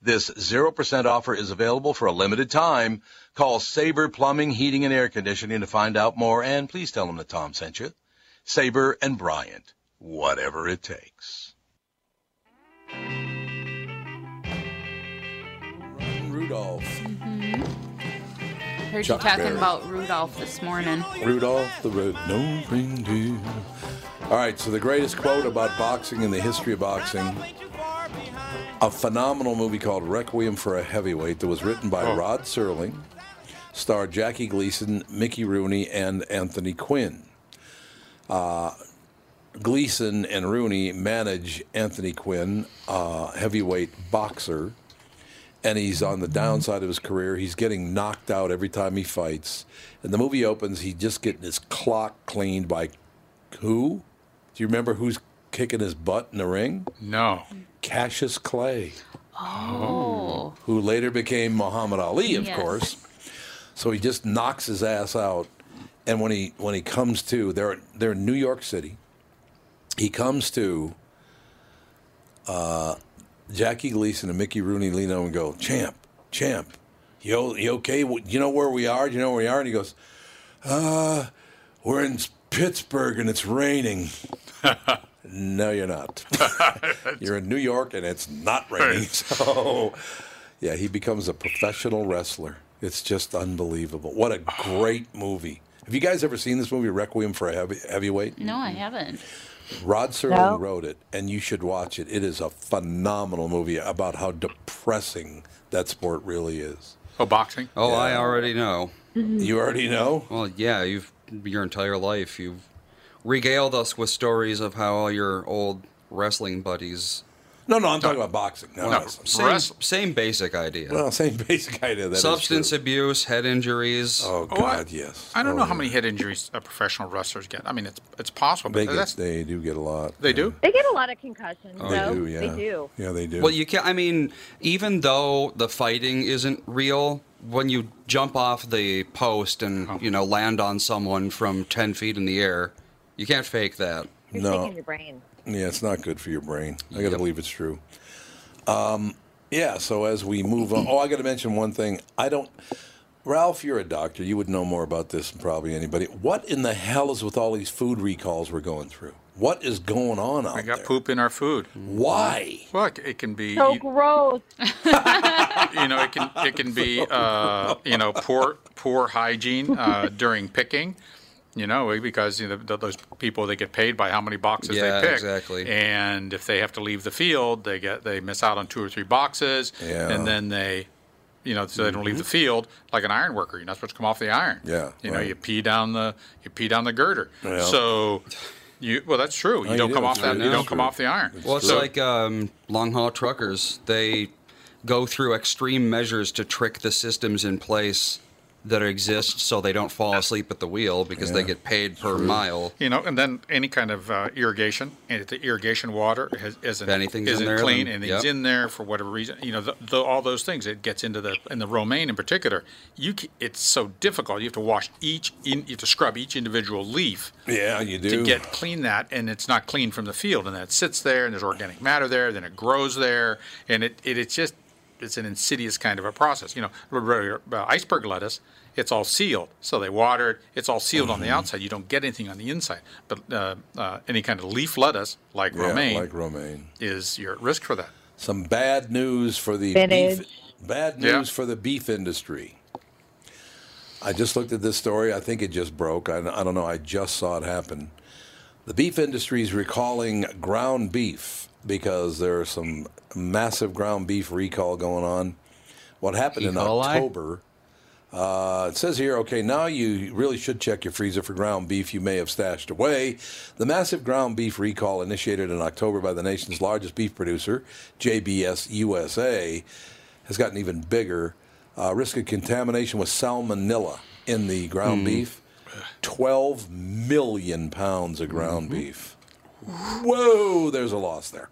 This 0% offer is available for a limited time. Call Sabre Plumbing, Heating, and Air Conditioning to find out more, and please tell them that Tom sent you. Sabre and Bryant, whatever it takes. Rudolph.
Heard
Chuck
you talking
Berry.
about Rudolph this morning.
Rudolph the Red-Nosed Reindeer. All right, so the greatest quote about boxing in the history of boxing. A phenomenal movie called Requiem for a Heavyweight that was written by Rod Serling, starred Jackie Gleason, Mickey Rooney, and Anthony Quinn. Uh, Gleason and Rooney manage Anthony Quinn, uh, heavyweight boxer, and he's on the downside of his career. He's getting knocked out every time he fights. And the movie opens, he's just getting his clock cleaned by who? Do you remember who's kicking his butt in the ring?
No.
Cassius Clay,
Oh.
who later became Muhammad Ali, of
Yes.
course. So he just knocks his ass out. And when he when he comes to, they're they're in New York City. He comes to uh, Jackie Gleason and Mickey Rooney lean on him and go, "Champ, champ, you, o- you okay? Do you know where we are? Do you know where we are?" And he goes, "Uh, we're in Pittsburgh and it's raining." no, you're not. you're in New York and it's not raining. So, yeah, he becomes a professional wrestler. It's just unbelievable. What a great movie. Have you guys ever seen this movie, Requiem for a Heavy, Heavyweight?
No, I haven't.
Rod Serling
No.
wrote it, and you should watch it. It is a phenomenal movie about how depressing that sport really is.
Oh, boxing.
Oh, I already know.
You already know?
Well, yeah, you've your entire life you've regaled us with stories of how all your old wrestling buddies
No, no, I'm talking about boxing. No,
Well,
no, it's-
same, same basic idea.
well, same basic idea. That is
Substance
true.
abuse, head injuries.
Oh
Oh, I-
God, yes.
I don't know
Oh,
how
yeah.
many head injuries uh, professional wrestlers get. I mean, it's it's possible,
They
but
get,
that's
they do get a lot.
they do.
They get a lot of concussions,
They
though.
do, yeah.
They do.
Yeah, they do.
Well, you can't. I mean, even though the fighting isn't real, when you jump off the post and
Oh.
you know land on someone from ten feet in the air, you can't fake that.
You're
No.
taking your brain.
Yeah, it's not good for your brain. I got to
Yep.
believe it's true. Um, yeah. So as we move on, oh, I got to mention one thing. I don't. Ralph, you're a doctor. You would know more about this than probably anybody. What in the hell is with all these food recalls we're going through? What is going on out
We got
there?
poop in our food.
Mm-hmm. Why?
Well, it, it can be
So
you,
gross.
you know it can it can be uh, you know poor poor hygiene uh, during picking. You know because you know, th- those people they get paid by how many boxes
Yeah,
they pick.
exactly.
And if they have to leave the field, they get they miss out on two or three boxes,
Yeah. Mm-hmm.
and then they. You know, so they don't leave the field like an iron worker. You're not supposed to come off the iron.
Yeah,
You know,
right.
you pee down the you pee down the girder.
Yeah. Oh,
So, you well, that's true. You
you
don't
do.
come off
It's
that.
true.
You
It's
don't come
true.
off the iron.
Well, it's
So-
like um, long haul truckers. They go through extreme measures to trick the systems in place that exist so they don't fall asleep at the wheel because they get paid per mile.
You know, and then any kind of uh, irrigation, and if the irrigation water has, isn't,
If anything's in
isn't
there,
clean,
then-
and
yep.
it's in there for whatever reason. You know, the, the, all those things it gets into the and the romaine in particular. You ca it's so difficult. You have to wash each, in, you have to scrub each individual leaf
Yeah, you do.
to get clean that, and it's not clean from the field, and that sits there, and there's organic matter there, then it grows there, and it, it it's just it's an insidious kind of a process. You know, r- r- r- uh, iceberg lettuce, it's all sealed, so they water it. It's all sealed
Mm-hmm.
on the outside. You don't get anything on the inside. But uh, uh, any kind of leaf lettuce, like
yeah,
romaine,
like romaine.
is you're at risk for that.
Some bad news for the
Spinach.
beef. Bad news
Yeah.
for the beef industry. I just looked at this story. I think it just broke. I, I don't know. I just saw it happen. The beef industry is recalling ground beef because there's some massive ground beef recall going on. What happened in
E. coli?
October? Uh, it says here, okay, now you really should check your freezer for ground beef you may have stashed away. The massive ground beef recall initiated in October by the nation's largest beef producer, JBS USA, has gotten even bigger. Uh, risk of contamination with salmonella in the ground beef. 12 million pounds of ground beef. Whoa, there's a loss there.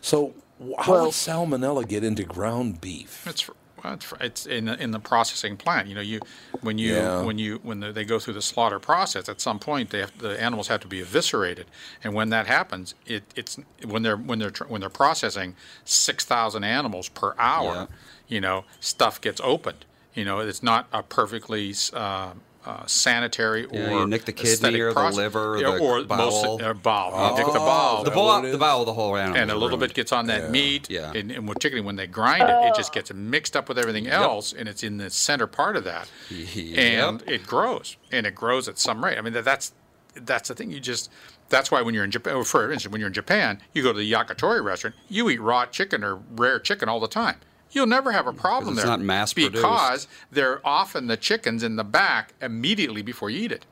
So, wh- how
Well-
did salmonella get into ground beef?
It's fr- well, it's, fr- it's in the, in the processing plant. You know, you when you
Yeah.
when you when the, they go through the slaughter process, at some point they have, the animals have to be eviscerated, and when that happens, it, it's when they're when they're tr- when they're processing six thousand animals per hour.
Yeah.
You know, stuff gets opened. You know, it's not a perfectly. s- Uh, uh, sanitary or
Yeah, you nick the kidney
aesthetic
or the
process.
liver or
Yeah,
the
or mostly-
bowel. Oh,
uh, bowel. You nick the bowel
The,
that
bo-
what it
the
is?
bowel, of the whole animal.
and a
is
little
ruined.
bit gets on that meat,
Yeah.
and, and particularly when they grind it, it just gets mixed up with everything else, and it's in the center part of that, and it grows, and it grows at some rate. I mean, that, that's that's the thing. You just that's why when you're in Japan, for instance, when you're in Japan, you go to the yakitori restaurant, you eat raw chicken or rare chicken all the time. You'll never have a problem
it's
there
not mass-produced.
because they're often the chickens in the back immediately before you eat it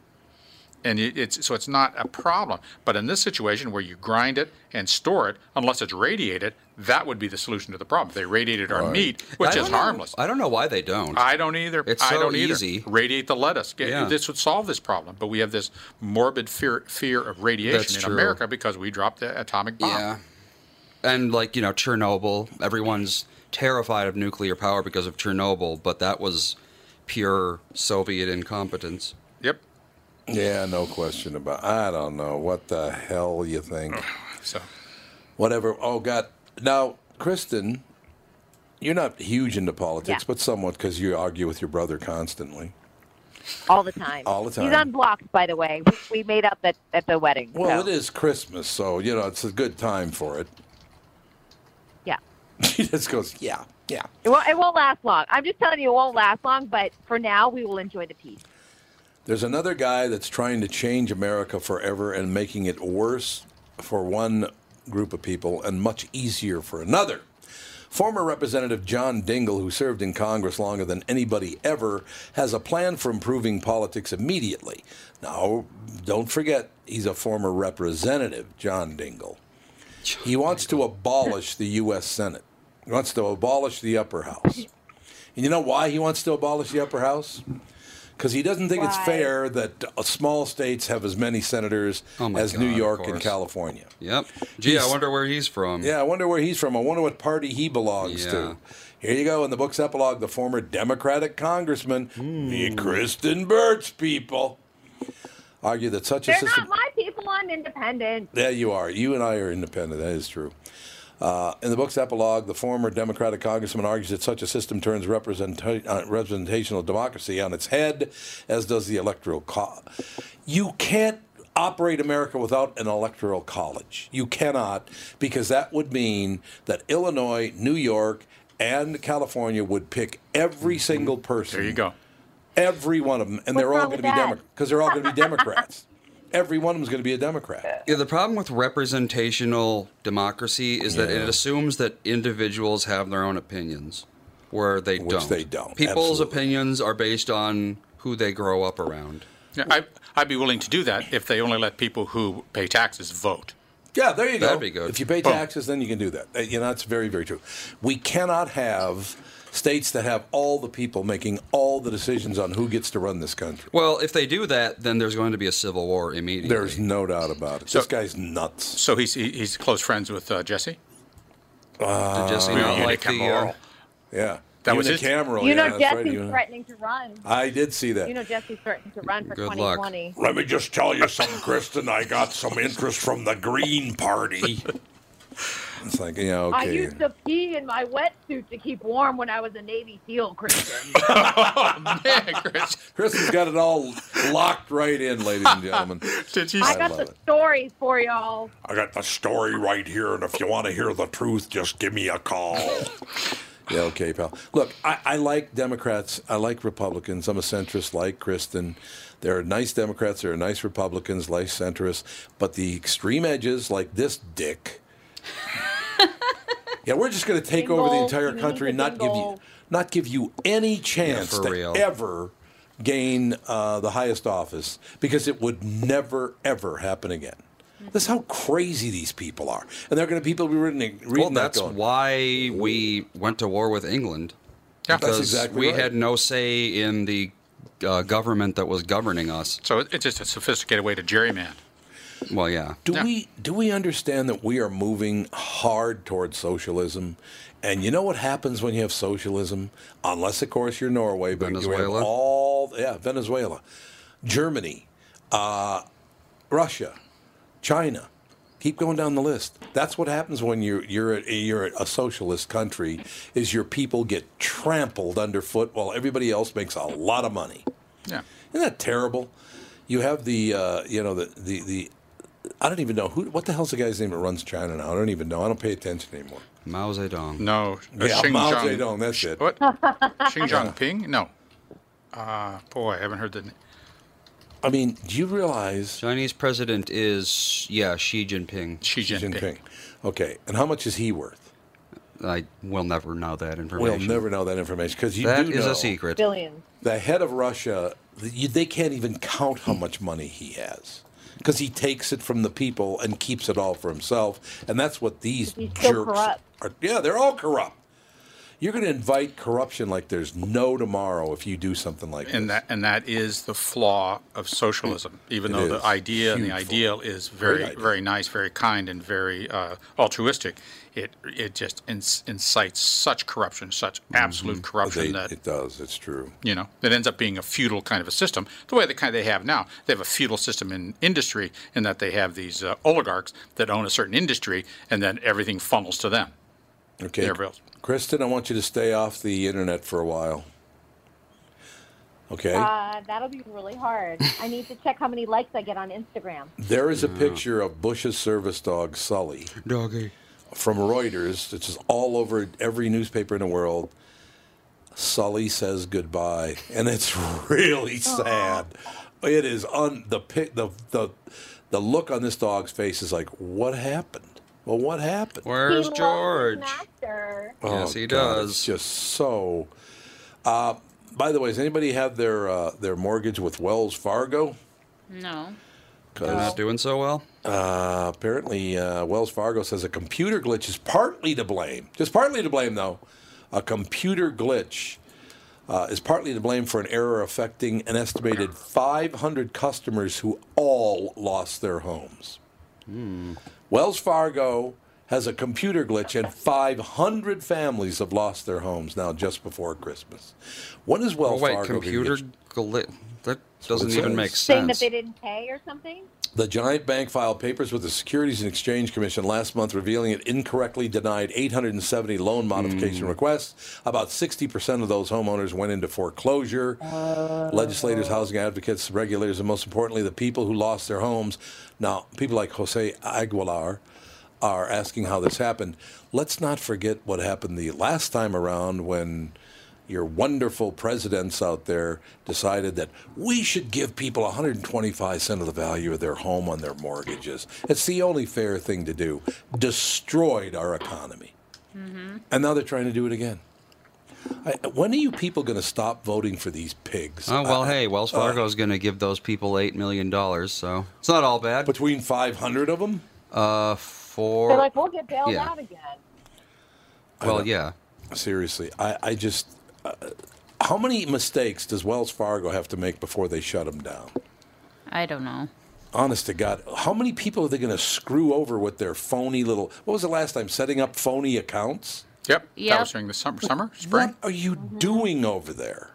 and it, it's so it's not a problem. But in this situation where you grind it and store it, unless it's radiated, that would be the solution to the problem. If they radiated our meat,
I
which
don't
is
know-
harmless.
I don't know why they don't.
I don't either.
It's
I
so
don't either.
easy.
Radiate the lettuce. Get-
Yeah.
This would solve this problem. But we have this morbid fear fear of radiation
That's
in
true.
America because we dropped the atomic bomb.
Yeah. And like, you know, Chernobyl, everyone's terrified of nuclear power because of Chernobyl, but that was pure Soviet incompetence.
Yep.
Yeah, no question about. I don't know what the hell you think.
So
Whatever. Oh God. Now, Kristen, you're not huge into politics,
Yeah.
but somewhat because you argue with your brother constantly.
All the time.
All the
He's
time.
on blocks, by the way. We, we made up at, at the wedding.
Well,
so,
it is Christmas, so you know it's a good time for it.
Yeah.
She just goes, yeah, yeah.
It won't, it won't last long. I'm just telling you, it won't last long, but for now, we will enjoy the peace.
There's another guy that's trying to change America forever and making it worse for one group of people and much easier for another. Former Representative John Dingell, who served in Congress longer than anybody ever, has a plan for improving politics immediately. Now, don't forget, he's a former representative, John Dingell. He wants to abolish the U.S. Senate. He wants to abolish the upper house. And you know why he wants to abolish the upper house? Because he doesn't think it's
Why?
fair that uh, small states have as many senators
Oh my
as
God,
New
of
York and
course.
California.
Yep. Gee, I wonder where he's from.
Yeah, I wonder where he's from. I wonder what party he belongs
Yeah.
to. Here you go in the book's epilogue, the former Democratic congressman, the Kristen Birch people, argue that such a
They're
system.
not my people. I'm independent.
Yeah, you are. You and I are independent. That is true. Uh, in the book's epilogue, the former Democratic congressman argues that such a system turns represent- uh, representational democracy on its head, as does the electoral college. You can't operate America without an electoral college. You cannot, because that would mean that Illinois, New York, and California would pick every single person.
Mm-hmm. There you go.
Every one of them, and they're
What's
all going to
wrong with
be
that?
Democrats because they're all going to be Democrats. every one of them is going to be a Democrat.
Yeah, the problem with representational democracy is that it assumes that individuals have their own opinions, where they
Which
don't.
they don't,
People's
absolutely.
opinions are based on who they grow up around.
Yeah, I, I'd be willing to do that if they only let people who pay taxes vote.
Yeah, there you go.
That'd be good.
If you pay
Boom.
taxes, then you can do that. Uh, You know, that's very, very true. We cannot have states that have all the people making all the decisions on who gets to run this country.
Well, if they do that, then there's going to be a civil war immediately.
There's no doubt about it. this guy's nuts.
So he's he- he's close friends with uh, Jesse.
Did Jesse not like the, uh,
Unicameral.
Yeah.
That was his-
unicameral.
you know,
Oh, yeah, that's right.
Jesse's
You know-
threatening to run.
I did see that.
You know, Jesse's threatening to run for
Good luck.
2020.
Let me just tell you something, Kristen. I got some interest from the Green Party.
it's like, yeah, okay.
I used to pee in my wetsuit to keep warm when I was a Navy SEAL, Christian.
Man, Chris,
Chris has got it all locked right in, ladies and gentlemen.
did he?
I
I
got
love
the
it.
stories for y'all.
I got the story right here, and if you want to hear the truth, just give me a call.
Yeah, okay, pal. Look, I, I like Democrats. I like Republicans. I'm a centrist like Kristen. There are nice Democrats. There are nice Republicans, like centrists. But the extreme edges, like this dick. yeah, we're just going to take over the
Dingle.
entire
You need
country
to
and not give you
dingle.
not give you any chance
for
to
real.
ever gain uh, the highest office because it would never ever happen again. That's how crazy these people are, and they're going to people be reading. reading
Well,
that
that's
going,
why we went to war with England.
Yeah.
because
exactly
we
right.
had no say in the uh, government that was governing us.
So it's just a sophisticated way to gerrymander.
Well, yeah.
Do
Yeah.
we do we understand that we are moving hard towards socialism? And you know what happens when you have socialism? Unless, of course, you're Norway, but you
Venezuela?
have all yeah, Venezuela, Germany, uh, Russia, China. Keep going down the list. That's what happens when you're you're a, you're a socialist country. Is your people get trampled underfoot while everybody else makes a lot of money.
Yeah.
Isn't that terrible? You have the uh, you know the, the the I don't even know who what the hell's the guy's name that runs China now. I don't even know. I don't pay attention anymore.
Mao Zedong.
Mm.
No. uh,
yeah,
Xing
Mao
Zhang-
Zedong. That's it.
What? Xing Jinping? No. Uh, boy, I haven't heard the name.
I mean, do you realize
Chinese president is yeah Xi Jinping.
Xi
Xi
Jinping.
Jinping? Okay, and how much is he worth?
I will never know that
We'll
information.
never know that information because you
That
do
is
know
a secret.
Billions.
The head of Russia, you, they can't even count how much money he has because he takes it from the people and keeps it all for himself, and that's what these
He's so
jerks
corrupt.
are. Yeah, they're all corrupt. You're going to invite corruption like there's no tomorrow if you do something like
And
this.
that and that is the flaw of socialism. Even
Mm. It
though
is.
the idea and the
Huge
ideal is very,
Great idea.
very nice, very kind, and very uh, altruistic, it it just inc- incites such corruption, such
Mm-hmm.
absolute corruption
They-
that
it does. It's true.
you know that ends up being a feudal kind of a system the way the kind they have now they have a feudal system in industry in that they have these uh, oligarchs that own a certain industry and then everything funnels to them
Okay,
Yeah, real.
Kristen, I want you to stay off the internet for a while. Okay.
Uh, that'll be really hard. I need to check how many likes I get on Instagram.
there is a picture of Bush's service dog Sully.
Doggy.
from Reuters, it's just all over every newspaper in the world. Sully says goodbye, and it's really sad. It is un the pic the the the look on this dog's face is like, what happened? Well, what happened?
He
Where's
loves his
George?
master.
Oh,
Yes, he
God,
does.
It's just so. Uh, by the way, does anybody have their uh, their mortgage with Wells Fargo?
No.
They're not doing so well.
Uh, apparently, uh, Wells Fargo says a computer glitch is partly to blame. Just partly to blame, though. A computer glitch uh, is partly to blame for an error affecting an estimated 500 customers who all lost their homes.
Hmm.
Wells Fargo has a computer glitch, and 500 families have lost their homes now just before Christmas. When is
Oh,
Wells
wait,
Fargo? gonna
computer
get-
glit.
what
That
it
doesn't even
says.
make
Saying that
sense.
they didn't pay or something?
The giant bank filed papers with the Securities and Exchange Commission last month revealing it incorrectly denied 870 loan modification requests. About 60% of those homeowners went into foreclosure. Legislators, housing advocates, regulators, and most importantly, the people who lost their homes. Now, people like Jose Aguilar are asking how this happened. Let's not forget what happened the last time around when your wonderful presidents out there decided that we should give people 125 cent of the value of their home on their mortgages. It's the only fair thing to do. Destroyed our economy, and now they're trying to do it again. I, when are you people going to stop voting for these pigs?
Oh well,
Uh,
hey, Wells Fargo's going to give those people eight million dollars, so it's not all bad.
between 500 of them.
Uh,
They're
for
like, we'll get bailed
Yeah.
out again.
well, yeah,
Seriously, I, I just. Uh, how many mistakes does Wells Fargo have to make before they shut them down?
I don't know.
Honest to God, how many people are they going to screw over with their phony little. What was the last time? Setting up phony accounts?
Yep. That
Yep.
was during the summer, summer spring.
What are you doing over there?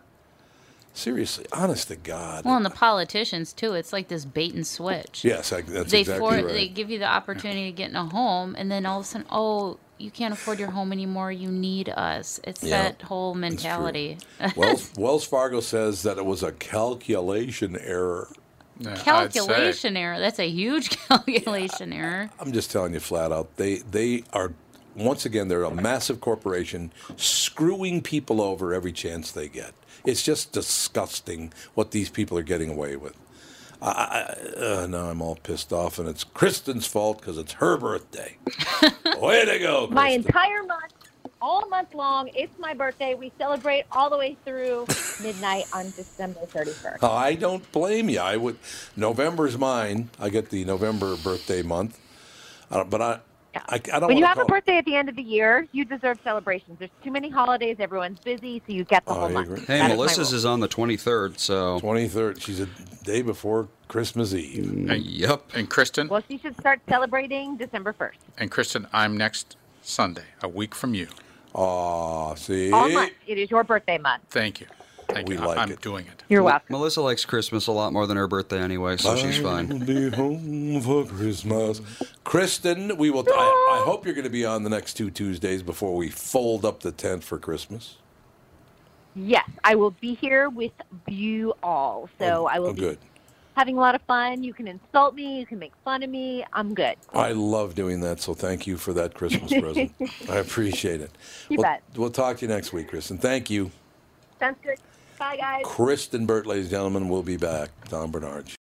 Seriously, honest to God.
Well, and the politicians too. It's like this bait and switch.
yes, I, that's
they
exactly
for
right.
they give you the opportunity to get in a home, and then all of a sudden, oh, you can't afford your home anymore. You need us. It's
Yeah,
that whole mentality.
Wells, Wells Fargo says that it was a calculation error.
Yeah, I'd say.
calculation error. That's a huge calculation error.
I'm just telling you flat out, they they are once again they're a massive corporation screwing people over every chance they get. It's just disgusting what these people are getting away with. I, I, uh, now I'm all pissed off, and it's Kristen's fault because it's her birthday. Way to go,
My
Kristen.
entire month, all month long, it's my birthday. We celebrate all the way through midnight on December 31st.
I don't blame you. I would. November's mine. I get the November birthday month, uh, but I, I, I don't.
When you
wanna
have a
call-
birthday at the end of the year, you deserve celebrations. There's too many holidays. Everyone's busy, so you get the
Oh,
whole
I
month.
agree.
hey,
That is my
Melissa's
rule.
is on the twenty third, so
23rd. She's a day before Christmas Eve.
And,
yep.
and Kristen,
Well, she should start celebrating December 1st.
and Kristen, I'm next Sunday, a week from you.
Aw, see?
All month. It is your birthday month.
Thank you. Thank
We
you.
like
I, am
it.
doing it.
You're welcome.
Melissa likes Christmas a lot more than her birthday anyway, so she's fine.
I'll be home for Christmas. Kristen, we will. I, I hope you're going to be on the next two Tuesdays before we fold up the tent for Christmas.
Yes, I will be here with you all. So I will
Oh,
be
good.
having a lot of fun. You can insult me. You can make fun of me. I'm good.
I love doing that, so thank you for that Christmas present. I appreciate it.
You
we'll,
bet.
we'll talk to you next week, Kristen. Thank you.
Sounds good. Bye, guys.
Kristen Burt, ladies and gentlemen, will be back. Tom Bernard.